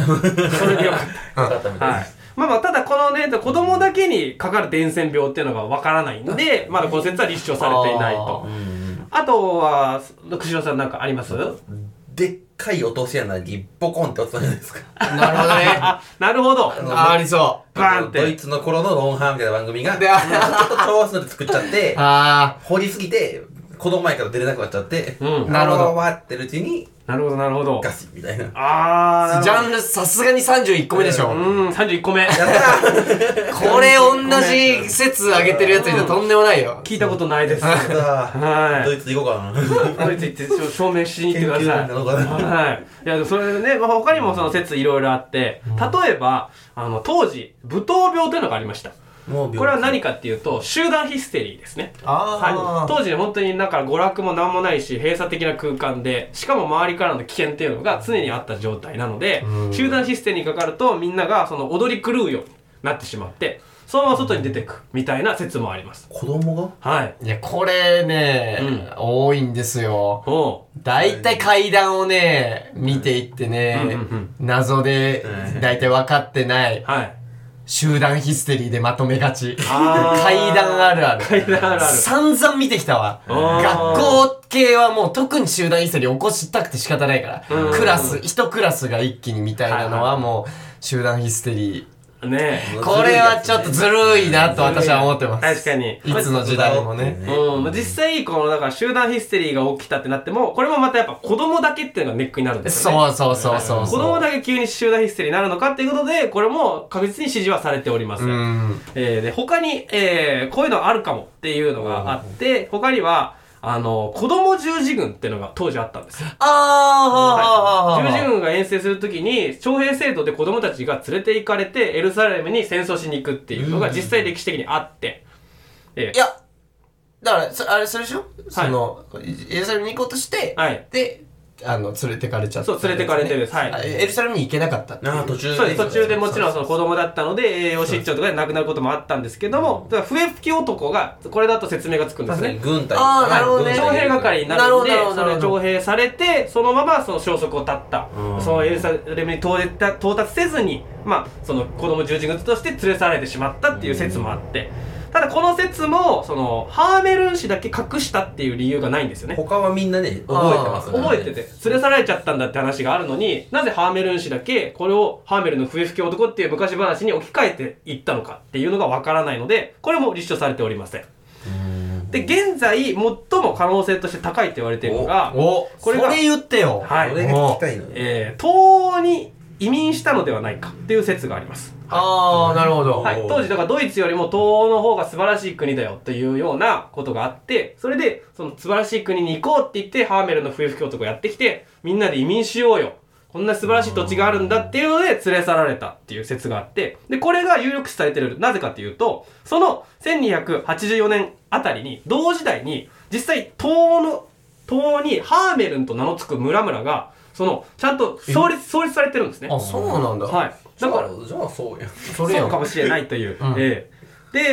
Speaker 1: それでよかっ
Speaker 3: 改めて
Speaker 1: た。はい。まあまあ、ただこのね、子供だけにかかる伝染病っていうのがわからないんで、まだこの説は立証されていないと。あとは、串野さんなんかあります
Speaker 3: でっかい落とし穴にボコンって落とすじゃないですか。
Speaker 2: なるほどね。
Speaker 1: あ、なるほど。
Speaker 2: あありそ
Speaker 1: バーンって
Speaker 3: ドイツの頃のロンハーみたいな番組が、
Speaker 2: う。
Speaker 3: ち
Speaker 2: で、
Speaker 3: ょっ
Speaker 2: あ
Speaker 3: と調和するので作っちゃ って、
Speaker 2: あ
Speaker 3: 掘りすぎて、子供前から出れなくなっちゃって、
Speaker 1: うん
Speaker 2: なるほど
Speaker 3: わーってるうちに、
Speaker 1: なるほど、なるほど
Speaker 3: ガ。シみたいな。
Speaker 1: あ
Speaker 2: ー
Speaker 1: ー。
Speaker 2: ジャンル、さすがに31個目でし
Speaker 1: う
Speaker 2: ょ。
Speaker 1: ん、31個目。
Speaker 2: これ、同じ説上げてるやついたらとんでもないよ。
Speaker 1: 聞いたことないです。
Speaker 3: さあ、ド
Speaker 1: は
Speaker 3: イツ行こうかな。
Speaker 1: い。ドイツ行って証証明しに行ってくださ
Speaker 3: 研究会
Speaker 1: い。
Speaker 3: なのかな
Speaker 1: はい。いや、でもそれね、まあ他にもその説いろいろあって、例えば、あの、当時、武闘病というのがありました。
Speaker 3: もう
Speaker 1: これは何かっていうと、集団ヒステリーですね。は
Speaker 2: あ
Speaker 1: い、当時本当になんか娯楽も何もないし閉鎖的な空間でしかも周りからの危険っていうのが常にあった状態なので集団システムにかかるとみんながその踊り狂うようになってしまってそのまま外に出ていくみたいな説もあります
Speaker 3: 子供が
Speaker 1: はい
Speaker 2: いや、これね、
Speaker 1: うん
Speaker 2: 多いんですよ。
Speaker 1: お
Speaker 2: だいたい階段をね、見ていってね、
Speaker 1: うんうんうん
Speaker 2: 謎で
Speaker 3: うん
Speaker 2: だいたい分かってない、
Speaker 1: はい
Speaker 2: 集団ヒステリーでまとめがち。
Speaker 1: あー
Speaker 2: 階段あるある。
Speaker 1: 階段あるある
Speaker 2: 散々見てきたわ。
Speaker 1: あー
Speaker 2: 学校系はもう特に集団ヒステリー起こしたくて仕方ないから、
Speaker 1: うん
Speaker 2: クラス、一クラスが一気にみたいなのはもう集団ヒステリー。
Speaker 1: ねえ
Speaker 2: これはちょっとずるいなと私は思ってます。
Speaker 1: 確かに
Speaker 2: いつの時代もね。
Speaker 1: うん、まあ実際このだから集団ヒステリーが起きたってなってもこれもまたやっぱ子供だけっていうのがネックになるんですよね
Speaker 2: そうそうそうそうそう。
Speaker 1: 子供だけ急に集団ヒステリーになるのかっていうことでこれも確実に指示はされております、
Speaker 2: うん。
Speaker 1: えーで、他に、えーこういうのあるかもっていうのがあって、他には、あの、子供十字軍っていうのが当時あったんですよ。
Speaker 2: ああ、はあ、はあ、はあ。
Speaker 1: 十字軍が遠征するときに、徴兵制度で子供たちが連れて行かれて、エルサレムに戦争しに行くっていうのが実際歴史的にあって、えー
Speaker 2: いや、だから、そあれ、それでしょ、その、エルサレムに行こうとして、
Speaker 1: はい
Speaker 2: で、あの、連れてかれちゃった、
Speaker 1: そう連れてかれてるはい
Speaker 2: あエルサレムに行けなかったっていう
Speaker 3: ああ、途中
Speaker 1: そうです途中でもちろんその子供だったので栄養失調とかで亡くなることもあったんですけども、だから笛吹き男が、これだと説明がつくんです
Speaker 3: 確かに
Speaker 1: ね。
Speaker 3: 軍隊
Speaker 2: あーなるほどね
Speaker 1: 徴兵係にな
Speaker 2: なる
Speaker 1: る
Speaker 2: ほ
Speaker 1: んで
Speaker 2: どなるほど
Speaker 1: それ徴兵されてそのままその消息を絶った、
Speaker 3: うん
Speaker 1: そのエルサレムに到達到達せずに、まあ、その子供十字軍として連れ去られてしまったっていう説もあって、ただこの説もそのハーメルン氏だけ隠したっていう理由がないんですよね
Speaker 3: 他はみんなね、覚えてます
Speaker 1: 覚えてて連れ去られちゃったんだって話があるのになぜハーメルン氏だけこれをハーメルンの笛吹き男っていう昔話に置き換えていったのかっていうのがわからないのでこれも立証されておりませんで現在最も可能性として高いって言われているのが
Speaker 2: お
Speaker 1: こ
Speaker 2: こ
Speaker 1: れ
Speaker 2: れ
Speaker 1: が
Speaker 2: 言ってよ。
Speaker 1: はい
Speaker 3: 俺が聞きたいのよ。
Speaker 1: えー、東欧に移民したのではないかっていう説があります。
Speaker 2: ああ、なるほど。
Speaker 1: はい、当時だからドイツよりも東欧の方が素晴らしい国だよというようなことがあってそれでその素晴らしい国に行こうって言ってハーメルの冬吹き男やってきてみんなで移民しようよこんな素晴らしい土地があるんだっていうので連れ去られたっていう説があってでこれが有力視されてるなぜかというとその1284年あたりに同時代に実際東欧の東欧にハーメルンと名の付く村々がそのちゃんと創立創立されてるんですね。
Speaker 2: あ、そうなんだ。
Speaker 1: はい、
Speaker 3: だ
Speaker 1: だ
Speaker 3: か
Speaker 1: からら、
Speaker 3: じゃあそうや。
Speaker 2: それや
Speaker 1: そ
Speaker 2: ん
Speaker 1: うかもしれないという。
Speaker 2: ん
Speaker 1: ええ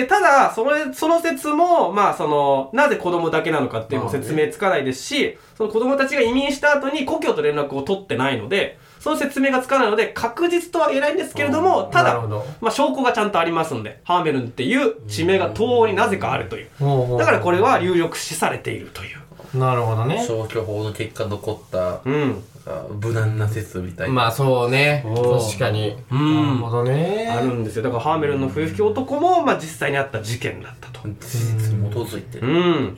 Speaker 1: で、ただ、それ、その説も、まあ、その、なぜ子供だけなのかっていうのも説明つかないですし、その子供たちが移民した後に故郷と連絡を取ってないので、その説明がつかないので、確実とは言えないんですけれども、た
Speaker 2: なる
Speaker 1: だ
Speaker 2: ほ、ど。
Speaker 1: まあ、証拠がちゃんとありますんで、ハーメルンっていう地名が東欧になぜかあるという。
Speaker 2: ほうほう
Speaker 1: だからこれは有力視されているという。
Speaker 2: なるほどね。
Speaker 3: 消去法の結果残った、
Speaker 1: うん。
Speaker 3: あ無難な説みたいな。
Speaker 2: まあ、そうね。
Speaker 1: おー
Speaker 2: 確かに。
Speaker 1: うん
Speaker 2: なるほどね。
Speaker 1: あるんですよ。だからハーメルンの冬吹き男も、まあ、実際にあった事件だったと。
Speaker 3: 事実に基づいて
Speaker 1: う
Speaker 3: る。
Speaker 1: ん。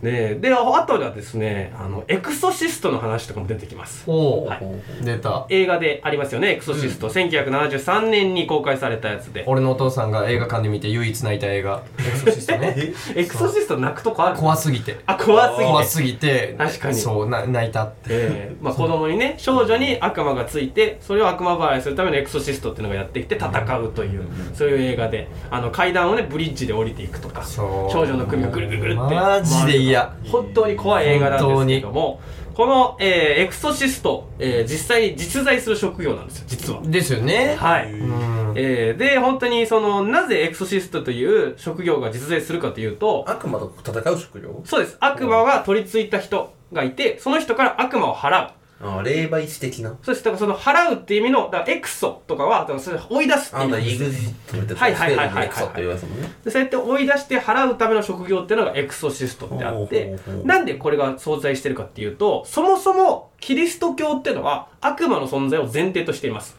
Speaker 1: ねで、あとはですね、あの、エクソシストの話とかも出てきます。
Speaker 2: おお、
Speaker 1: はい
Speaker 2: 出た
Speaker 1: 映画でありますよね、エクソシスト。1973年に公開されたやつで。
Speaker 2: 俺のお父さんが映画館で見て唯一泣いた映画エクソシストね
Speaker 1: エクソシスト泣くとこある
Speaker 2: 怖すぎて
Speaker 1: あ、怖すぎて。
Speaker 2: 怖すぎて
Speaker 1: 確かに
Speaker 2: そうな泣いたって
Speaker 1: えーまあ、子供にね少女に悪魔がついてそれを悪魔払いするためのエクソシストっていうのがやってきて戦うというそういう映画であの階段をねブリッジで降りていくとか
Speaker 2: そう
Speaker 1: 少女の首がぐるぐるぐるって
Speaker 2: マジで嫌
Speaker 1: 本当に怖い映画なんですけどもこの、えーエクソシスト、えー実際に実在する職業なんですよ実は
Speaker 2: ですよね
Speaker 1: はい、
Speaker 2: うん
Speaker 1: えーで本当にそのなぜエクソシストという職業が実在するかというと
Speaker 3: 悪魔と戦う職業
Speaker 1: そうです悪魔が取り付いた人がいてその人から悪魔を払う
Speaker 3: ああ、霊媒師的な。
Speaker 1: そしてだからその払うっていう意味のだからエクソとかはだからそれ追い出すって
Speaker 3: あ
Speaker 1: い
Speaker 3: ん
Speaker 1: う
Speaker 3: た
Speaker 1: 意
Speaker 3: イ
Speaker 1: 味
Speaker 3: グ
Speaker 1: で
Speaker 3: ジットみたいな。
Speaker 1: はいはいはいはいはい
Speaker 3: エクソって言われてたもんね。
Speaker 1: そうやって追い出して払うための職業っていうのがエクソシストってあっ
Speaker 3: ほ
Speaker 1: て
Speaker 3: うほうほう
Speaker 1: なんでこれが存在してるかっていうとそもそもキリスト教っていうのは悪魔の存在を前提としています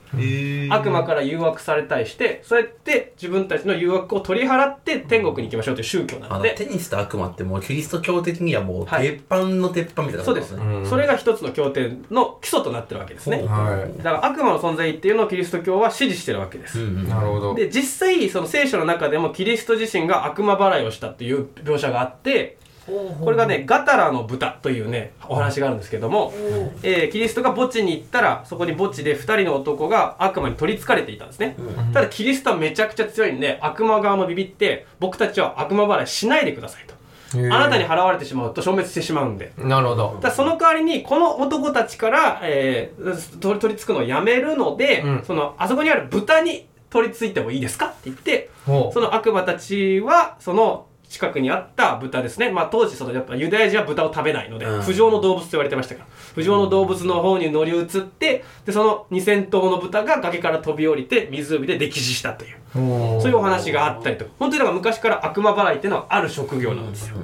Speaker 1: 悪魔から誘惑されたりしてそうやって自分たちの誘惑を取り払って天国に行きましょうという宗教な
Speaker 3: あ
Speaker 1: の
Speaker 3: の、
Speaker 1: で
Speaker 3: テニスと悪魔ってもうキリスト教的にはもう、
Speaker 1: はい
Speaker 3: 鉄板の鉄板みたいな
Speaker 1: そ
Speaker 3: こ
Speaker 1: うで
Speaker 3: とだ
Speaker 1: す
Speaker 3: ね。
Speaker 1: それが一つの教典の基礎となってるわけですね
Speaker 3: ほう
Speaker 2: は
Speaker 1: だから悪魔の存在っていうのをキリスト教は支持してるわけです、
Speaker 3: うんうん。
Speaker 2: なるほど
Speaker 1: で実際その聖書の中でもキリスト自身が悪魔払いをしたという描写があってこれがね「ガタラの豚」というねお話があるんですけども、えーキリストが墓地に行ったらそこに墓地で2人の男が悪魔に取りつかれていたんですね、ただキリストはめちゃくちゃ強いんで悪魔側もビビって僕たちは悪魔払いしないでくださいと
Speaker 2: へー
Speaker 1: あなたに払われてしまうと消滅してしまうんで
Speaker 2: なるほど
Speaker 1: ただその代わりにこの男たちから、えー取り取り付くのをやめるので、
Speaker 2: うん
Speaker 1: そのあそこにある豚に取り付いてもいいですかって言って
Speaker 2: ほう
Speaker 1: その悪魔たちはその近くにあった豚ですね、まあ、当時そのやっぱユダヤ人は豚を食べないので、
Speaker 3: うん
Speaker 1: 不浄の動物と言われてましたから不浄の動物の方に乗り移ってでその2,000頭の豚が崖から飛び降りて湖で溺死したという
Speaker 2: ほ
Speaker 1: そういうお話があったりとか本当にだから昔から悪魔払いっていうのはある職業なんですよ。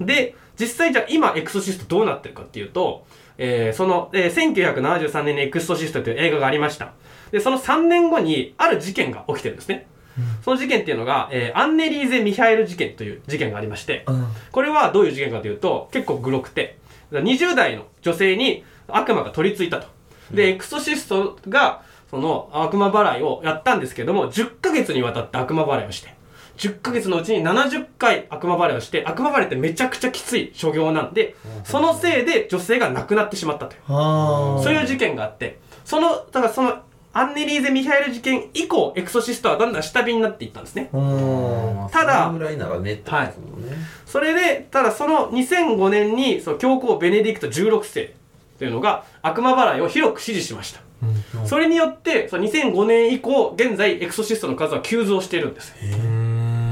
Speaker 1: で実際じゃあ今エクソシストどうなってるかっていうと、えーその、えー1973年にエクソシストという映画がありましたでその3年後にある事件が起きてるんですね、その事件っていうのが、えーアンネリーゼ・ミハエル事件という事件がありまして、
Speaker 2: うん
Speaker 1: これはどういう事件かというと結構グロくて20代の女性に悪魔が取り付いたとで、エクソシストがその悪魔払いをやったんですけども10ヶ月にわたって悪魔払いをして10ヶ月のうちに70回悪魔払いをして悪魔払いってめちゃくちゃきつい所業なんでそのせいで女性が亡くなってしまったという
Speaker 2: あ
Speaker 1: そういう事件があってそのだからそのアンネリーゼ・ミハエル事件以降エクソシストはだんだん下火になっていったんですね
Speaker 2: うん
Speaker 3: まあ
Speaker 1: ただ
Speaker 3: そのぐらいならねってことですもんね。
Speaker 1: それで、ただその2005年に、その教皇ベネディクト16世というのが悪魔払いを広く支持しました。それによって、その2005年以降、現在エクソシストの数は急増しているんですよ。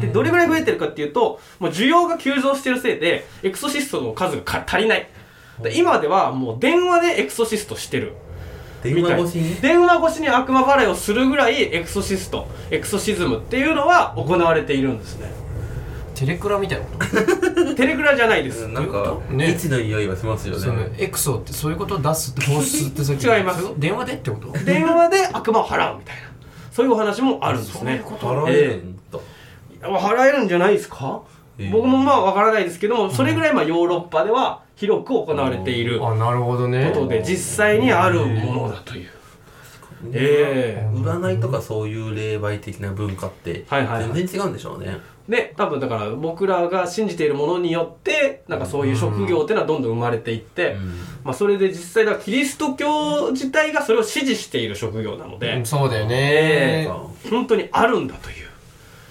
Speaker 1: で、どれぐらい増えてるかっていうと、もう需要が急増してるせいで、エクソシストの数がか足りない。で今ではもう電話でエクソシストしてる。
Speaker 3: 電話越しに
Speaker 1: 電話越しに悪魔払いをするぐらいエクソシスト、エクソシズムっていうのは行われているんですね。
Speaker 2: テレクラみたいなこと
Speaker 1: テレクラじゃないです。
Speaker 3: なんか、
Speaker 2: ね
Speaker 3: 未知の匂いはしますよ
Speaker 2: その
Speaker 3: ね。
Speaker 2: エクソってそういうことを出すって放出ってさっき
Speaker 1: 違います
Speaker 2: そうう電話でってこと
Speaker 1: 電話で悪魔を払うみたいなそういうお話もあるんですね
Speaker 3: 払えるんだ。
Speaker 1: 払えるんじゃないですか、
Speaker 3: ええ
Speaker 1: 僕もまあわからないですけどもそれぐらいまあヨーロッパでは広く行われているこ
Speaker 2: あなるほどね
Speaker 1: とで実際にあるものだというええ
Speaker 3: 占いとかそういう霊媒的な文化って
Speaker 1: はいはいはい
Speaker 3: 全然違うんでしょうね。
Speaker 1: で多分だから僕らが信じているものによってなんかそういう職業っていうのはどんどん生まれていって、まあ、それで実際だからキリスト教自体がそれを支持している職業なの
Speaker 2: う
Speaker 1: で
Speaker 2: ん、そうだよ
Speaker 1: え
Speaker 2: ね、
Speaker 1: え
Speaker 2: だか
Speaker 1: 本当にあるんだという、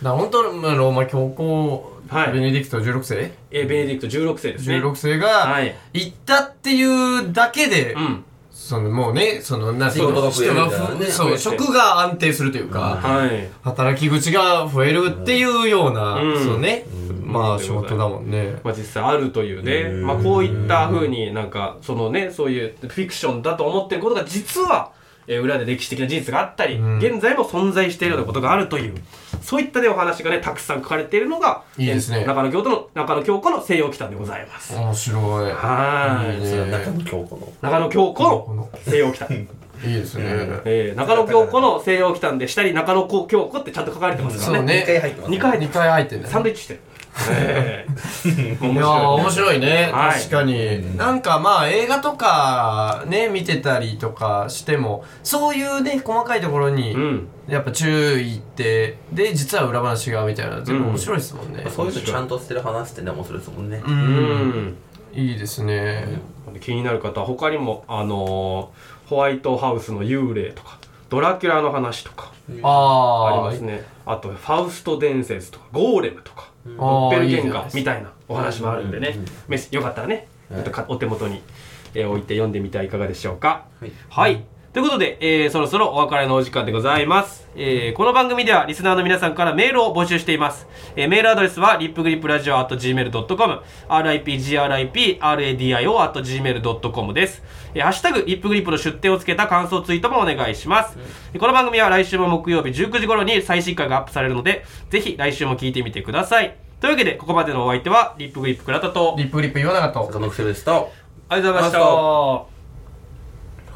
Speaker 2: ら本当のまあローマ教皇、
Speaker 1: はい
Speaker 2: ベネディクト16世
Speaker 1: えーベネディクト16世ですね
Speaker 2: 16世が
Speaker 1: はい
Speaker 2: 行ったっていうだけで、
Speaker 1: うん
Speaker 2: そのもうねそのな
Speaker 3: 仕事が増えるみたいなね
Speaker 2: 人がふそう職が安定するというか、
Speaker 1: はい
Speaker 2: 働き口が増えるっていうような、
Speaker 1: うん
Speaker 2: そうね、ま
Speaker 1: うん
Speaker 2: あ仕事だもんね
Speaker 1: まあ、実際あるというね、まあ、こういった風になんかそのねそういうフィクションだと思ってることが実は、えー裏で歴史的な事実があったり、
Speaker 2: ん
Speaker 1: 現在も存在しているようなことがあるというそういったねお話がねたくさん書かれているのが
Speaker 2: いいですね
Speaker 1: えー中野京都の中野京子の西洋北でございます。
Speaker 2: 面白い
Speaker 1: はーい
Speaker 2: いいね
Speaker 3: それは中野京子の。
Speaker 1: 中野京子の西洋 北、
Speaker 2: いいですね、
Speaker 1: えー中野京子の西洋北で下に中野京子ってちゃんと書かれてますか
Speaker 2: そう
Speaker 1: らね
Speaker 2: ね
Speaker 3: 二回入ってます。
Speaker 1: 2回入っ
Speaker 2: 二
Speaker 1: て
Speaker 2: 回入ってんだ
Speaker 1: サン
Speaker 2: ね
Speaker 1: ドイッチしてるええ
Speaker 2: いやー面
Speaker 1: い
Speaker 2: 白いね、
Speaker 1: はい
Speaker 2: 確かになんかまあ映画とかね見てたりとかしてもそういうね細かいところに、
Speaker 1: うん
Speaker 2: やっぱ注意ってで実は裏話がみたいな全部
Speaker 1: うん
Speaker 2: 面白いですもんね
Speaker 3: そういうのちゃんとしてる話ってね面白いですもんね
Speaker 2: うん、
Speaker 1: うん
Speaker 2: いいですね、
Speaker 1: 気になる方は他にもあのーホワイトハウスの幽霊とかドラキュラの話とか
Speaker 2: あ
Speaker 1: あり
Speaker 2: あ
Speaker 1: ますねあとファウスト伝説とかゴーレムとか
Speaker 3: ん
Speaker 1: ドッペルゲン
Speaker 2: あーいい
Speaker 1: ガ
Speaker 2: で
Speaker 1: ー
Speaker 2: す
Speaker 1: みたいなお話もあるんで
Speaker 3: うん
Speaker 1: ね
Speaker 3: うんうん
Speaker 1: メスよかったらねち
Speaker 3: はい
Speaker 1: ょっとかお手元にえー置いて読んでみてはいかがでしょうか
Speaker 3: はい
Speaker 1: はい。ということで、えーそろそろお別れのお時間でございます。えーこの番組ではリスナーの皆さんからメールを募集しています。えーメールアドレスは、リップグリップラジオ at gmail.com、ripgripradio at gmail.com です。えーハッシュタグ、リップグリップの出典をつけた感想ツイートもお願いします。えーこの番組は来週も木曜日19時頃に最新回がアップされるので、ぜひ来週も聞いてみてください。というわけで、ここまでのお相手は、リップグリップ倉田と、
Speaker 2: リップリップ言わなかった
Speaker 3: 坂野くせでした
Speaker 1: ありがとうございまし
Speaker 3: ありが
Speaker 1: た。